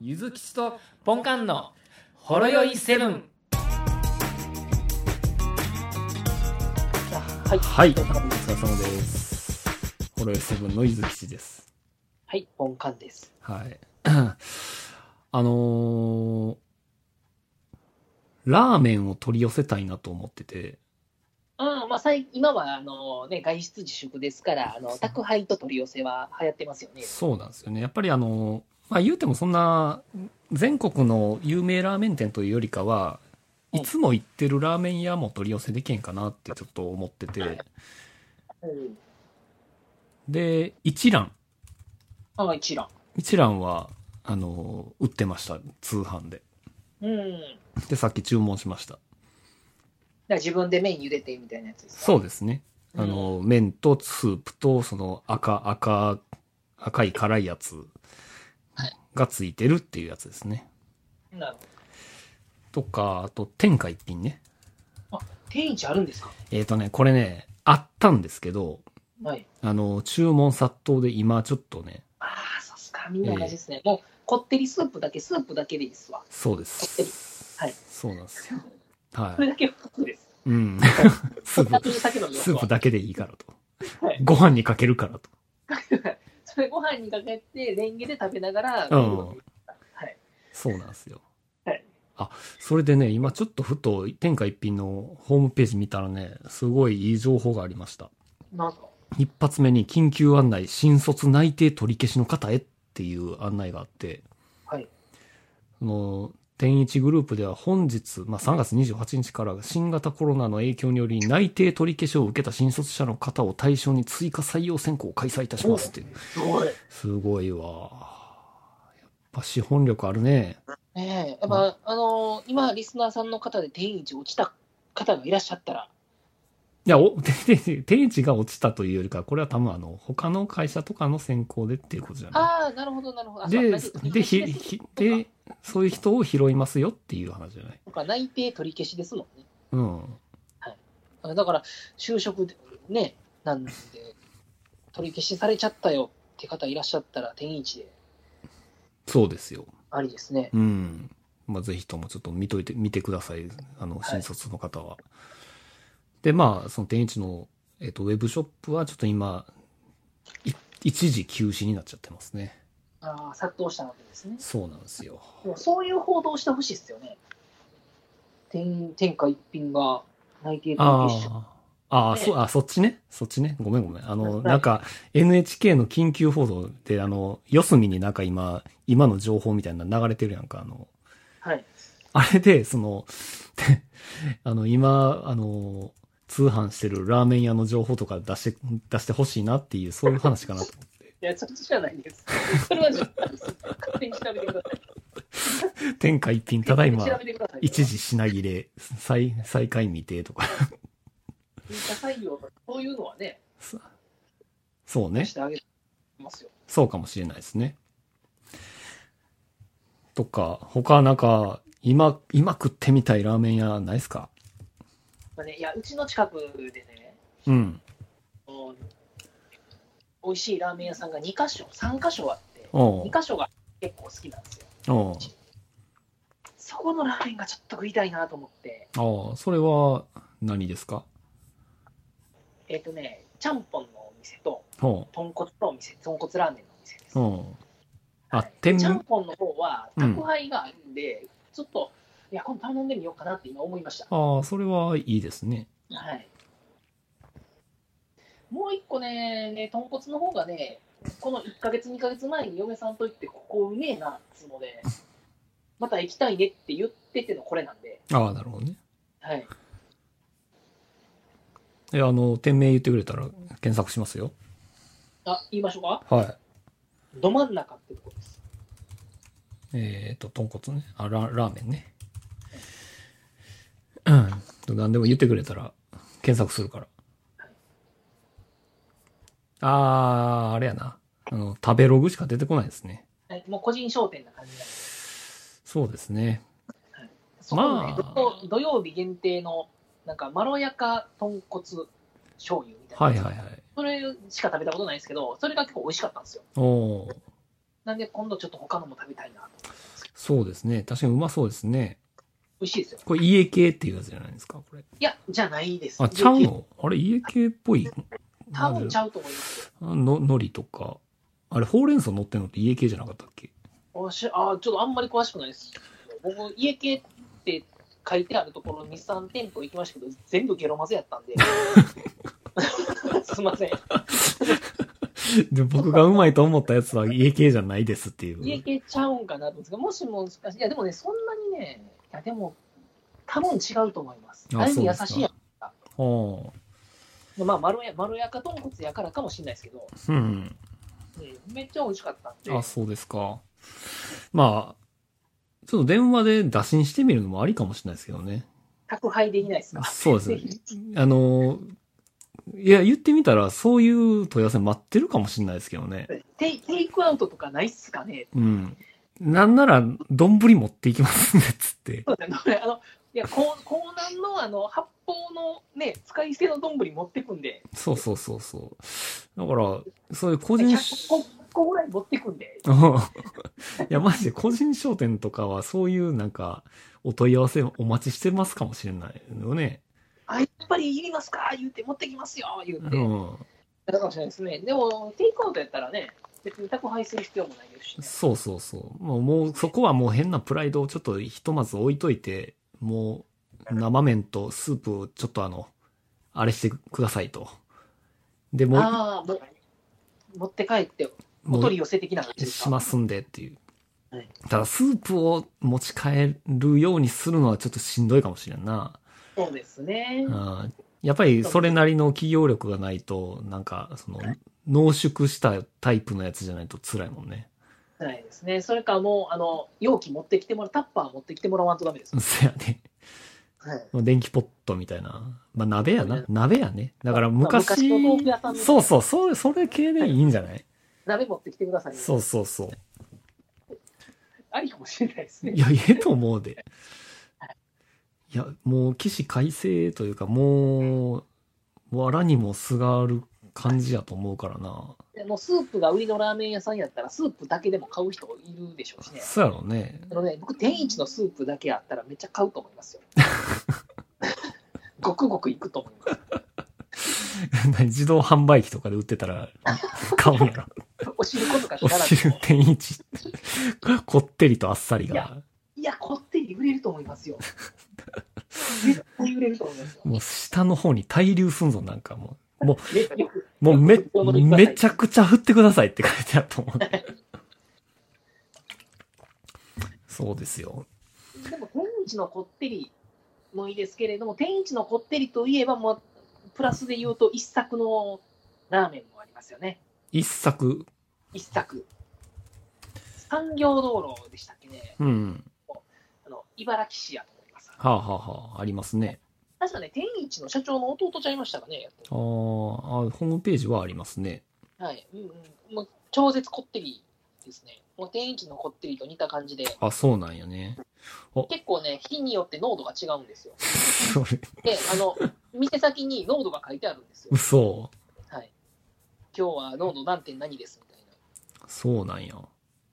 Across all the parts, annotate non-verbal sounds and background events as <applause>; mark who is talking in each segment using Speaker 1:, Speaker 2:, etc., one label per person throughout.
Speaker 1: ゆずきちとポンカンのほろよいセブン。
Speaker 2: はい。
Speaker 1: はい、お
Speaker 2: ポンカン
Speaker 1: 疲れ様です。ほろよいセブンのゆずきちです。
Speaker 2: はい、ポンカンです。
Speaker 1: はい。 <coughs> あのーラーメンを取り寄せたいなと思ってて、
Speaker 2: うん、まあ、最今は、あの、ね、外出自粛ですから、あの、宅配と取り寄せは流行ってますよね。
Speaker 1: そうなんですよね。やっぱりあの、まあ言うてもそんな、全国の有名ラーメン店というよりかは、
Speaker 2: うん
Speaker 1: いつも行ってるラーメン屋も取り寄せできへんかなってちょっと思ってて、
Speaker 2: うん。
Speaker 1: で、一蘭。
Speaker 2: あ、一覧。
Speaker 1: 一蘭は、あの、売ってました。通販で。
Speaker 2: うん。だか
Speaker 1: で、さっき注文しました。
Speaker 2: ら自分で麺茹でてみたいなやつですか。
Speaker 1: そうですね。あの、麺とスープと、その赤、赤、赤い辛いやつ
Speaker 2: はい
Speaker 1: がついてるっていうやつですね。
Speaker 2: なるほ
Speaker 1: とか、あと、天下一品ね。
Speaker 2: ど。天一あるんですか
Speaker 1: えっ、とね、これね、あったんですけど、
Speaker 2: はい。
Speaker 1: あの、注文殺到で今ちょっとね、
Speaker 2: ああ、さすが、みんな同じですね。もう、こってりスープだけ、スープだけでいいですわ。
Speaker 1: そうです。
Speaker 2: はい
Speaker 1: そうなんですよ。は
Speaker 2: それ
Speaker 1: い。
Speaker 2: だけは普通です。 <laughs>
Speaker 1: うん。 <laughs> スー
Speaker 2: だ
Speaker 1: プ、
Speaker 2: けだけの要
Speaker 1: ス
Speaker 2: 素
Speaker 1: ー
Speaker 2: は
Speaker 1: プだけでいいからと。
Speaker 2: はい
Speaker 1: ご飯にかけるからと。
Speaker 2: それご飯にかけて、レンゲで食べながら、
Speaker 1: うん
Speaker 2: はい。
Speaker 1: そうなんですよ。
Speaker 2: はい
Speaker 1: あ、それでね、今ちょっとふと天下一品のホームページ見たらね、すごいいい情報がありました。
Speaker 2: なんか、
Speaker 1: 一発目に緊急案内、新卒内定取り消しの方へっていう案内があって、
Speaker 2: はい。
Speaker 1: あの、天一グループでは本日、まあ、3月28日から新型コロナの影響により内定取り消しを受けた新卒者の方を対象に追加採用選考を開催いたしますっていう。
Speaker 2: すごい。
Speaker 1: すごいわ。やっぱ資本力あるね。
Speaker 2: ねえ、やっぱ、あのー今、リスナーさんの方で定位置落ちた方がいらっしゃったら、
Speaker 1: いや、お、 <laughs> て、て、定位置が落ちたというよりか、これは多分あの、他の会社とかの選考でっていうことじゃな
Speaker 2: ああ、なるほど、なるほど。あ
Speaker 1: い
Speaker 2: そう
Speaker 1: でで、
Speaker 2: 内定、取り
Speaker 1: ひ、
Speaker 2: 消しです
Speaker 1: ひ、で、そういう人を拾いますよっていう話じゃない。
Speaker 2: とか、内定取り消しですもんね。
Speaker 1: うん。
Speaker 2: あだから、就職でね、なんで、取り消しされちゃったよって方いらっしゃったら、定位置で
Speaker 1: そうですよ。
Speaker 2: ありですね。
Speaker 1: うん。まあ、ぜひともちょっと見といて、見てください。あの、新卒の方は。で、まあ、その天一の、えっ、と、ウェブショップはちょっと今、い一時休止になっちゃってますね。
Speaker 2: ああ、殺到したわけですね。
Speaker 1: そうなんですよ。
Speaker 2: でもそういう報道してほしいですよね。天天下一品が内定取り
Speaker 1: あ
Speaker 2: 消し。
Speaker 1: あ、ああ、
Speaker 2: ね
Speaker 1: そ、あ、そっちね。そっちね。ごめんごめん。あの、
Speaker 2: はい
Speaker 1: なんか、NHK の緊急報道で、あの、四隅になんか今、今の情報みたいなの流れてるやんか、あの、
Speaker 2: はい。
Speaker 1: あれで、その、 <laughs> あの、今、あの、通販してるラーメン屋の情報とか出して、出してほしいなっていう、そういう話かなと思って。
Speaker 2: いや、そっちじゃないです。それはちょっと勝手に調べてください。
Speaker 1: 天下一品、ただいま
Speaker 2: 調、べてください
Speaker 1: 一時品切れ、再、再開未定とか。
Speaker 2: 文化採用とかそういうのはね、
Speaker 1: そそうね
Speaker 2: し。てあげますよ。
Speaker 1: そうかもしれないですね。とか、他なんか、今、今食ってみたいラーメン屋ないですか
Speaker 2: まあね、いや、うちの近くでね、
Speaker 1: うん。
Speaker 2: あの美味しいラーメン屋さんが2箇所、3箇所あって、
Speaker 1: おう
Speaker 2: 2箇所が結構好きなんですよ。
Speaker 1: おう
Speaker 2: そこのラーメンがちょっと食いたいなと思って、
Speaker 1: ああ、それは、何ですか
Speaker 2: えっ、とね、ちゃんぽんのお店と、
Speaker 1: おう
Speaker 2: 豚骨のお店、豚骨ラーメンのお店です。
Speaker 1: おうあ、
Speaker 2: はい
Speaker 1: 天
Speaker 2: ちゃんぽんの方は宅配があるんで、ちょっと、いや、今度頼んでみようかなって今思いました。
Speaker 1: ああ、それはいいですね。
Speaker 2: はい。もう一個ね、ね、豚骨の方がね、この1ヶ月、2ヶ月前に嫁さんと行って、ここうめえなっつうので、また行きたいねって言っててのこれなんで、
Speaker 1: ああ、なるほどね。
Speaker 2: はい。
Speaker 1: え、あの、店名言ってくれたら検索しますよ。
Speaker 2: あ、言いましょうか。
Speaker 1: はい。
Speaker 2: ど真ん中ってとこです。
Speaker 1: えっ、と、豚骨ね。あ、ララーメンね。うん。何でも言ってくれたら、検索するから。あー、あれやな。あの、食べログしか出てこないですね。
Speaker 2: はい、もう個人商店な感じなんです。
Speaker 1: そうですね。
Speaker 2: そこのね、
Speaker 1: まあ
Speaker 2: 土土曜日限定の、なんか、まろやか豚骨醤油みたいな。
Speaker 1: はいはいはい。
Speaker 2: それしか食べたことないんですけど、それが結構美味しかったんですよ。
Speaker 1: おー。
Speaker 2: なんで今度ちょっと他のも食べたいなと思ってます。
Speaker 1: そうですね。確かにうまそうですね。
Speaker 2: 美味しいですよ。
Speaker 1: これ家系っていうやつじゃないですか、これ。
Speaker 2: いや、じゃないです。
Speaker 1: あ、ちゃうのあれ家系っぽい。
Speaker 2: 多分ち
Speaker 1: ゃ
Speaker 2: ゃうと思いますよ。
Speaker 1: う。の、のりとか。あれ、ほうれん草乗ってんのって家系じゃなかったっけ
Speaker 2: おしあーちょっとあんまり詳しくないです。僕、家系って書いてあるところ、2、3店舗行きましたけど、全部ゲロ混ぜやったんで。すいません。
Speaker 1: で僕がうまいと思ったやつは家系じゃないですってい
Speaker 2: 家
Speaker 1: う。
Speaker 2: 系ちゃうんかなと思うんですけど、もしもしかし、いや、でもね、そんなにね、いや、でも、多分違うと思います。
Speaker 1: あ
Speaker 2: ある意味
Speaker 1: そう
Speaker 2: 優
Speaker 1: です
Speaker 2: し
Speaker 1: か
Speaker 2: いや
Speaker 1: は
Speaker 2: ん。まあ、まろや、まろやか豚骨やからかもしれないですけど、
Speaker 1: あ。うん。
Speaker 2: うん、めっちゃ美味しかったんで。
Speaker 1: あ、そうですか。まあ、ちょっと電話で打診してみるのもありかもしれないですけどね。
Speaker 2: 宅配できないですか
Speaker 1: そうです
Speaker 2: ぜ
Speaker 1: ね。
Speaker 2: ひ。
Speaker 1: あの、いや、言ってみたら、そういう問い合わせ待ってるかもしれないですけどね。
Speaker 2: テイテイクアウトとかないっすかね
Speaker 1: うん。なんなら、丼持っていきますね、つって。
Speaker 2: そうだね、これあの、いや、こう江南のあの発泡のね、使い捨てのどんぶり持ってくんで、
Speaker 1: そうそうそうそう。だから、そういう個人
Speaker 2: 100個100個ぐらい持ってくんで、
Speaker 1: <laughs> いや、マジで個人商店とかは、そういうなんか、お問い合わせお待ちしてますかもしれないよね。
Speaker 2: あ、やっぱりいりますか言うて、持ってきますよ言う
Speaker 1: う
Speaker 2: て、
Speaker 1: ん。
Speaker 2: だかもしれないですね。でも、テイクアウトやったらね、別に宅配する必要もないですしね、
Speaker 1: そうそうそう。もう、もうそこはもう変なプライドをちょっとひとまず置いといて、もう、生麺とスープをちょっとあの、あれしてくださいと。で、もう、
Speaker 2: ああ、もう、持って帰って、お
Speaker 1: もう
Speaker 2: 取り寄せ的な感じです
Speaker 1: し
Speaker 2: か。
Speaker 1: ますんでっていう
Speaker 2: はい。
Speaker 1: ただ、スープを持ち帰るようにするのはちょっとしんどいかもしれんな。
Speaker 2: そうですね。
Speaker 1: うんやっぱりそれなりの企業力がないと、なんか、その、濃縮したタイプのやつじゃないと辛いもんね。
Speaker 2: ないですね。それかもう、あの、容器持ってきてもらう、タッパー持ってきてもらわんとダメです。
Speaker 1: そやね。
Speaker 2: はい
Speaker 1: 電気ポットみたいな。まあ、鍋やな。鍋やね。だから
Speaker 2: まあ
Speaker 1: 昔
Speaker 2: 昔の豆腐屋さん、の
Speaker 1: そうそう、それ、それ系でいいんじゃない
Speaker 2: 鍋持ってきてください、ね。
Speaker 1: そうそうそ
Speaker 2: ありかもしれないです
Speaker 1: う。
Speaker 2: ね
Speaker 1: い。や、ええと思うで。いや、もう、起死回生というか、もう、藁にもすがる感じやと思うからな。
Speaker 2: でもうスープが売りのラーメン屋さんやったら、スープだけでも買う人いるでしょうしね。
Speaker 1: そうやろね。
Speaker 2: あのね、僕、天一のスープだけあったらめっちゃ買うと思いますよ。ごくごくいくと思います。
Speaker 1: <laughs> 何自動販売機とかで売ってたら、買
Speaker 2: <laughs>
Speaker 1: うんやろ。
Speaker 2: お汁粉とかし
Speaker 1: お
Speaker 2: ならず
Speaker 1: 汁
Speaker 2: も。
Speaker 1: 天一。 <laughs> こってりとあっさり
Speaker 2: い
Speaker 1: が
Speaker 2: や。いや、こってり売れると思いますよ。絶対売れると思いますよ。
Speaker 1: もう下の方に滞留すんぞ、なんかもう。も
Speaker 2: ねよく
Speaker 1: う、もうめ
Speaker 2: お戻、りください
Speaker 1: めちゃくちゃ振ってくださいって書いてあると思う。 <laughs> そうですよ。
Speaker 2: でも、天一のこってりもいいですけれども、天一のこってりといえば、もう、プラスで言うと、一作のラーメンもありますよね。
Speaker 1: 一作。
Speaker 2: 一作。産業道路でしたっけね。
Speaker 1: うん。
Speaker 2: あの茨城市やと思います。
Speaker 1: はあ、はあはあ、ありますね。
Speaker 2: 確かね、天一の社長の弟ちゃいましたかね、やって
Speaker 1: あーあ、ホームページはありますね。
Speaker 2: るはい。うんうん。もう、超絶こってりですね。もう天一のこってりと似た感じで、
Speaker 1: あ、そうなんやね。
Speaker 2: 結構ね、日によって濃度が違うんですよ。
Speaker 1: それ、
Speaker 2: で、
Speaker 1: <laughs>
Speaker 2: あの、店先に濃度が書いてあるんですよ。
Speaker 1: 嘘。
Speaker 2: はい。今日は濃度何点何ですみたいな。
Speaker 1: そうなんや。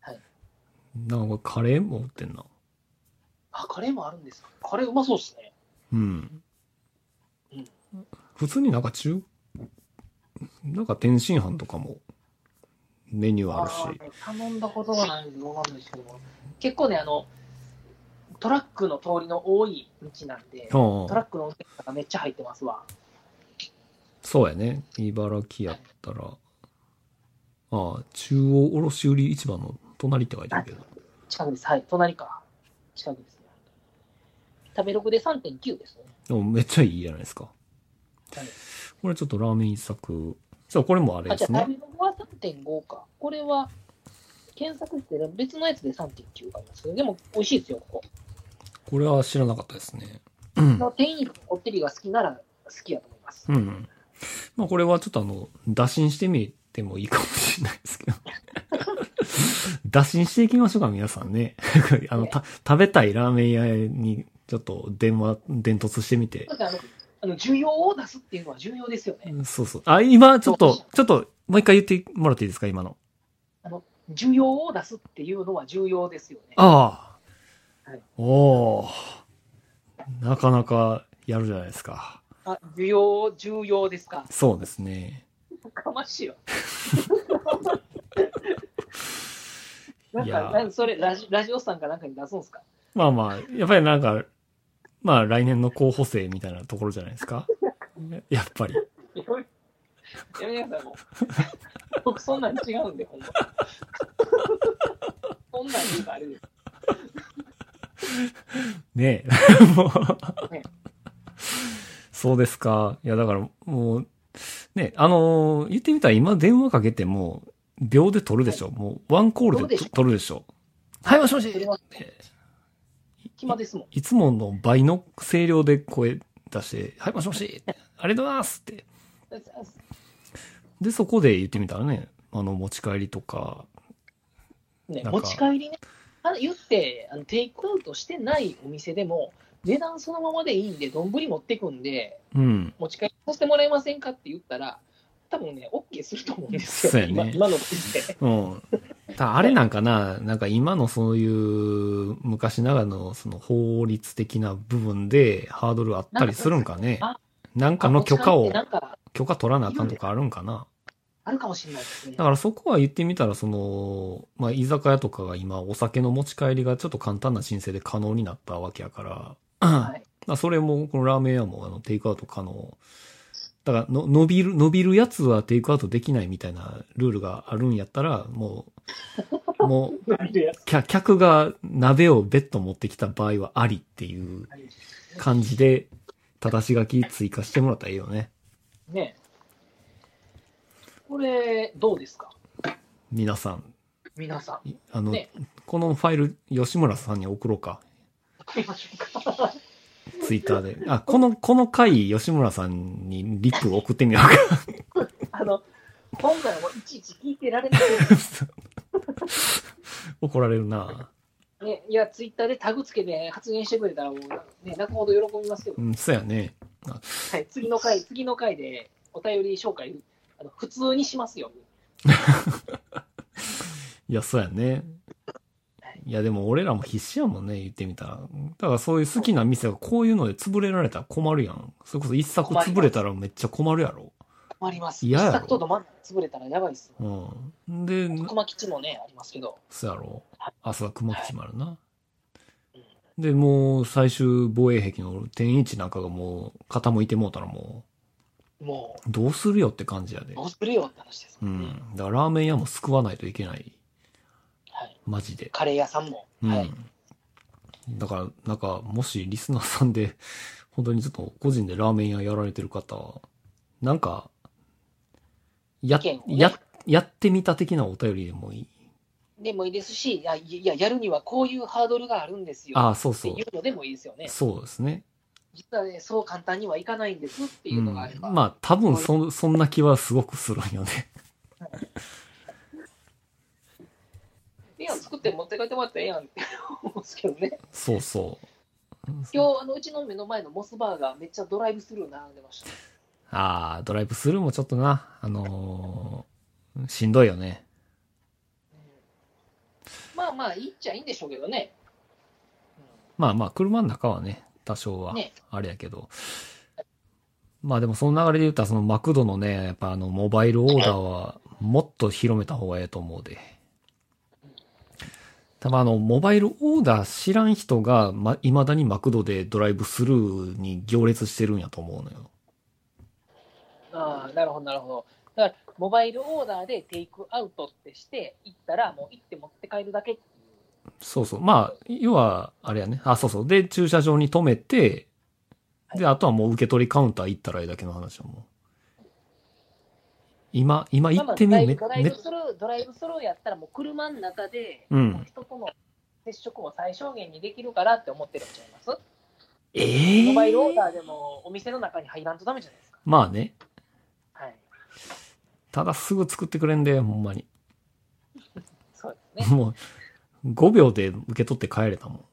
Speaker 2: はい。
Speaker 1: なんかカレーも売ってんな。
Speaker 2: あ、カレーもあるんですかカレーうまそうですね。
Speaker 1: うん
Speaker 2: うん。
Speaker 1: 普通になんか中、なんか天津飯とかもメニューある
Speaker 2: あ
Speaker 1: し。
Speaker 2: ー頼んだことがないんで、わかんないですけども。結構ね、あの、トラックの通りの多い道なんで、
Speaker 1: あ
Speaker 2: トラックの運転手がめっちゃ入ってますわ。
Speaker 1: そうやね。茨城やったら、ああ、中央卸売市場の隣って書いてあるけど。
Speaker 2: 近くです。はい。隣か。近くですね。食べログで3.9ですね。
Speaker 1: でもめっちゃいいじゃないですか
Speaker 2: はい。
Speaker 1: これちょっとラーメン一作。そう、これもあれ
Speaker 2: あ、
Speaker 1: で
Speaker 2: じゃ
Speaker 1: す
Speaker 2: あ
Speaker 1: ね
Speaker 2: 食。べログは3.5か。これは、検索して別のやつで3.9がありますけど、でも美味しいですよ、ここ。
Speaker 1: これは知らなかったですね。うん
Speaker 2: の店員のこってりが好きなら好きやと思います。
Speaker 1: うん。まあこれはちょっとあの、打診してみてもいいかもしれないですけど。 <laughs> 打診していきましょうか、皆さんね。 <laughs> あの、た、食べたいラーメン屋に、ちょっと電話、伝突してみて。
Speaker 2: だからあの、あの重要を出すっていうのは重要ですよね。
Speaker 1: そうそう。あ、今、ちょっと、ちょっと、もう一回言ってもらっていいですか、今の。
Speaker 2: 重要を出すっていうのは重要ですよね。
Speaker 1: ああ、
Speaker 2: はい
Speaker 1: おおなかなかやるじゃないですか。
Speaker 2: あ、需要、重要ですか。
Speaker 1: そうですね。
Speaker 2: かましいわ。なん
Speaker 1: いや
Speaker 2: か、なんそれラジ、ラジオさんかなんかに出すんですか <laughs>
Speaker 1: まあまあ、やっぱりなんか、まあ来年の候補生みたいなところじゃないですか。やっぱり。
Speaker 2: やめやめてください、もう。僕、そんなん違うんで、ほんま。 <laughs> そんなん言うとあれです。
Speaker 1: ねえ。もう
Speaker 2: ね
Speaker 1: そうですか。いや、だからもう、ね、あのー言ってみたら今電話かけても、秒で取るでしょ。もう、ワンコールで
Speaker 2: そうでしょ
Speaker 1: 取るでしょ。はい、もしも
Speaker 2: それ
Speaker 1: し。
Speaker 2: は暇ですもん。
Speaker 1: いつもの倍の声量で声出して、はい、もしもし。ありがとうございますって。で、そこで言ってみたらね、あの、持ち帰りとか、
Speaker 2: ね、
Speaker 1: なんか
Speaker 2: 持ち帰りね。あ言ってあの、テイクアウトしてないお店でも、値段そのままでいいんで、丼持ってくんで、
Speaker 1: うん。
Speaker 2: 持ち帰りさせてもらえませんかって言ったら、多分ね、OK すると思うんですよ、
Speaker 1: そうやね
Speaker 2: 今今の店。
Speaker 1: うん。たあれなんかな、なんか今のそういう昔ながらのその法律的な部分でハードルあったりするんかね
Speaker 2: あ。
Speaker 1: なんかの許可
Speaker 2: 持ち帰りっ
Speaker 1: を
Speaker 2: て、なんか
Speaker 1: 許可取らなあかんとかあるんかな。
Speaker 2: あるかもしれないですね
Speaker 1: だ。からそこは言ってみたら、その、まあ、居酒屋とかが今お酒の持ち帰りがちょっと簡単な申請で可能になったわけやから、
Speaker 2: い
Speaker 1: まあそれも、このラーメン屋もあのテイクアウト可能。だからの、伸びる、伸びるやつはテイクアウトできないみたいなルールがあるんやったら、もう、もう、客客が鍋を別途持ってきた場合はありっていう感じで、正し書き追加してもらったらいいよね。
Speaker 2: ねこれ、どうですか
Speaker 1: 皆さん。
Speaker 2: 皆さん。
Speaker 1: いあの、
Speaker 2: ね
Speaker 1: このファイル、吉村さんに送ろうか。
Speaker 2: 送りましょうか <laughs>
Speaker 1: ツイッターで。あ、この、この回、吉村さんにリプ送ってみようか。
Speaker 2: あの、本来はいちいち聞いてられない。 <laughs>
Speaker 1: <laughs> 怒られるな
Speaker 2: ね、いや、ツイッターでタグつけて発言してくれたら、もう、ね、泣くほど喜びますよ。
Speaker 1: うん、そうやね。
Speaker 2: はい、次の回、次の回でお便り紹介、あの普通にしますよ。
Speaker 1: いや、そうやね。いや、でも俺らも必死やもんね、言ってみたら。だからそういう好きな店がこういうので潰れられたら困るやん。それこそ一作潰れたらめっちゃ困るやろ。
Speaker 2: 困ります。
Speaker 1: 嫌やろ
Speaker 2: 自宅とど真ん中潰れたらやばいっす。
Speaker 1: うん。で、
Speaker 2: 熊吉もね、ありますけど。
Speaker 1: そうやろ。あ、そうだ、熊吉もあるな。で、もう最終防衛壁の天一なんかがもう傾いてもうたらも
Speaker 2: も
Speaker 1: う、どうするよって感じやで
Speaker 2: う、。どうするよって話です
Speaker 1: う
Speaker 2: もね。
Speaker 1: ん。だからラーメン屋も救わないといけない。
Speaker 2: はい。
Speaker 1: マジで。
Speaker 2: カレー屋さんも。
Speaker 1: うん。
Speaker 2: はい。
Speaker 1: だから、なんか、もしリスナーさんで、 <laughs> 本当にちょっと個人でラーメン屋やられてる方は、なんか、や、
Speaker 2: 意見をね
Speaker 1: や、やってみた的なお便りでもいい。
Speaker 2: でもいいですし、いや、いや、やるにはこういうハードルがあるんですよ。
Speaker 1: ああ、そう
Speaker 2: って
Speaker 1: そ
Speaker 2: いう
Speaker 1: う。
Speaker 2: のでもいいですよね。
Speaker 1: そうですね。
Speaker 2: 実はね、そう簡単にはいかないんですっていううんのがあれば。
Speaker 1: まあ、多分そ、そんな気はすごくするんよね。 <laughs>
Speaker 2: いや、作って持って帰ってもらったらええやんって思うんですけどね。
Speaker 1: そうそう。
Speaker 2: 今日、あの、うちの目の前のモスバーガーめっちゃドライブスルー並んでました。
Speaker 1: ああ、ドライブスルーもちょっとな、あのーしんどいよね。
Speaker 2: まあまあ、いいっちゃいいんでしょうけどね。
Speaker 1: まあまあ、車の中はね、多少は
Speaker 2: ね、
Speaker 1: あれやけど。まあでもその流れで言ったら、そのマクドのね、やっぱあの、モバイルオーダーは、もっと広めた方がええと思うで。たまあの、モバイルオーダー知らん人が、ま、未だにマクドでドライブスルーに行列してるんやと思うのよ。
Speaker 2: ああ、なるほど、なるほど。だから、モバイルオーダーでテイクアウトってして、行ったら、もう行って持って帰るだけっていう。
Speaker 1: そうそう。まあ、要は、あれやね。あ、そうそう。で、駐車場に止めて、で、あとはもう受け取りカウンター行ったらええだけの話やもん。今、今行ってみるめ
Speaker 2: まあまあドライ
Speaker 1: め
Speaker 2: ブスルー、ドライブスルーやったら、もう車の中で、
Speaker 1: うん
Speaker 2: もう人との接触を最小限にできるからって思ってるんちゃいます
Speaker 1: ええ
Speaker 2: モバイルオーダーでも、お店の中に入らんとダメじゃないですか。
Speaker 1: まあね。
Speaker 2: はい。
Speaker 1: ただすぐ作ってくれんで、ほんまに。
Speaker 2: そうですね。
Speaker 1: もう、5秒で受け取って帰れたもん。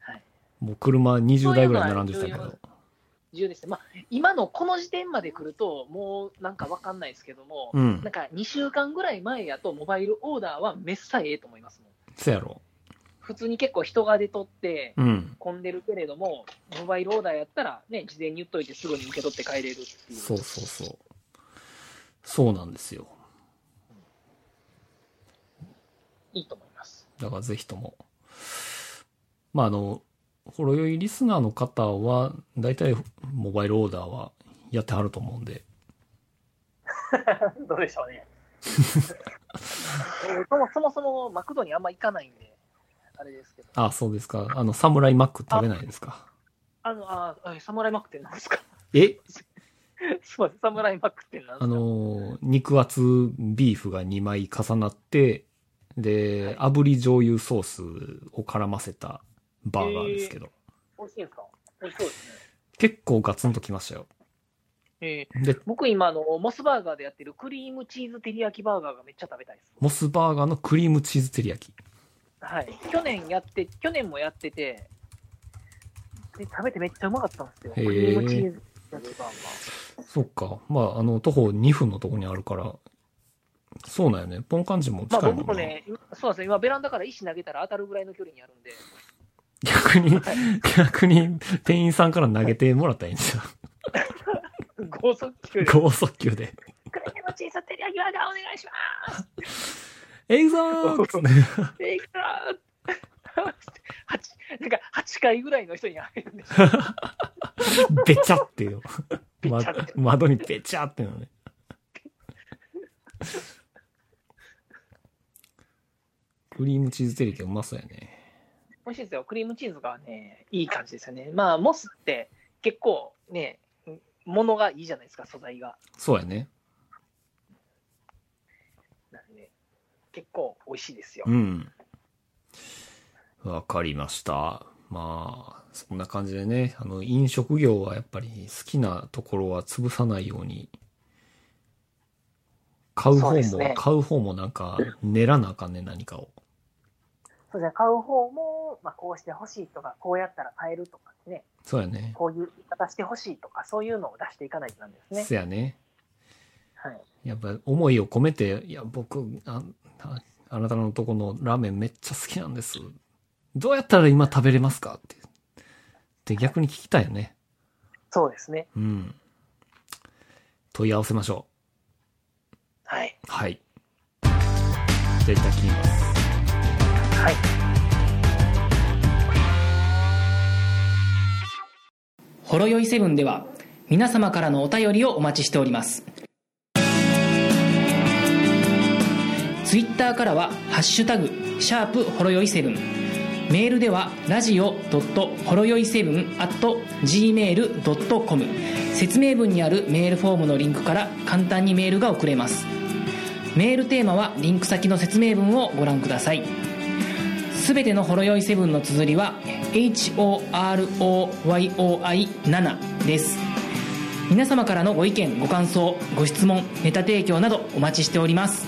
Speaker 2: はい。
Speaker 1: もう車20台ぐらい並んでたけ
Speaker 2: そういうのは重要
Speaker 1: ど。
Speaker 2: 重要ですね。まあ、今のこの時点まで来ると、もうなんかわかんないですけども、
Speaker 1: うん
Speaker 2: なん。か2週間ぐらい前やと、モバイルオーダーはめっさええと思いますもん。
Speaker 1: そやろ。
Speaker 2: 普通に結構人が出とって、
Speaker 1: うん。
Speaker 2: 混んでるけれども、モバイルオーダーやったら、ね、事前に言っといてすぐに受け取って帰れるっていう。
Speaker 1: そうそうそう。そうなんですよ。
Speaker 2: いいと思います。
Speaker 1: だからぜひとも。まあ、あの、ほろ酔いリスナーの方は、だいたいモバイルオーダーはやってはると思うんで。
Speaker 2: <laughs> どうでしょうね。えーそもそもそもマクドにあんま行かないんで、あれですけど。
Speaker 1: あそうですか。あの、サムライマック食べないですか。
Speaker 2: あの、あー、えサムライマックって何ですか <laughs>
Speaker 1: え
Speaker 2: すいません、サムライマックって何ですか
Speaker 1: あの、肉厚ビーフが2枚重なって、で、炙り醤油ソースを絡ませたバーガーですけど。
Speaker 2: 美味しいんですか美味しそうですね。
Speaker 1: 結構ガツンときましたよ。
Speaker 2: えー
Speaker 1: で、
Speaker 2: 僕今あの、モスバーガーでやってるクリームチーズテリヤキバーガーがめっちゃ食べたいです。
Speaker 1: モスバーガーのクリームチーズ照り焼き。
Speaker 2: はい、去年やって、去年もやってて、で食べてめっちゃうまかったんですよ。
Speaker 1: へー
Speaker 2: クリームチーズやつがまあ
Speaker 1: そっか。まあ、あの、徒歩2分のとこにあるから、そうなんよね。ポンカンジも
Speaker 2: まあ
Speaker 1: 近いも
Speaker 2: 僕
Speaker 1: ん
Speaker 2: も
Speaker 1: な、
Speaker 2: ね、そうなんですよ、今ベランダから石投げたら当たるぐらいの距離にあるんで、
Speaker 1: 逆に、
Speaker 2: は
Speaker 1: 逆に、店員さんから投げてもらったらいいん
Speaker 2: <laughs>
Speaker 1: じゃ
Speaker 2: い、剛速球
Speaker 1: ん。
Speaker 2: で、ク
Speaker 1: 高速球で。
Speaker 2: リームチーズテリヤキバーガーお願いします
Speaker 1: えいぞーっつって
Speaker 2: でいくら八なんか8回ぐらいの人に会えるんでしょ
Speaker 1: べちゃって <laughs> よ。
Speaker 2: べちゃ
Speaker 1: ま
Speaker 2: って
Speaker 1: 窓にべちゃってのね。 <laughs> クリームチーズテリーってうまそうやね。
Speaker 2: 美味しいですよ。クリームチーズがね、いい感じですよね。まあ、モスって結構ね、ものがいいじゃないですか、素材が。
Speaker 1: そうやね。
Speaker 2: なんで、結構美味しいですよ。
Speaker 1: うん。わかりました。まあ、そんな感じでね、あの、飲食業はやっぱり好きなところは潰さないように、買う方
Speaker 2: そう
Speaker 1: も、
Speaker 2: ですね
Speaker 1: 買う方もなんか、練らなあかんね、何かを。
Speaker 2: そうですね、買う方も、まあ、こうしてほしいとか、こうやったら買えるとかね、
Speaker 1: そうやね。
Speaker 2: こういう言い方してほしいとか、そういうのを出していかないとなんですね。
Speaker 1: そやね。
Speaker 2: はい。
Speaker 1: やっぱ思いを込めて、いや、僕、あ、ああなたのとこのラーメンめっちゃ好きなんです。どうやったら今食べれますかって。で、逆に聞きたいよね。
Speaker 2: そうですね。
Speaker 1: うん。問い合わせましょう。
Speaker 2: はい。
Speaker 1: はい。じゃあ一旦切ります。
Speaker 2: はい。
Speaker 3: ほろよいセブンでは皆様からのお便りをお待ちしておりますツイッターからは「ハッシュタグシャープほろよいセブン」メールではラジオほろよい7 gmail.com 説明文にあるメールフォームのリンクから簡単にメールが送れますメールテーマはリンク先の説明文をご覧くださいすべてのほろ酔いセブンの綴りは HOROYOI7 です皆様からのご意見ご感想ご質問ネタ提供などお待ちしております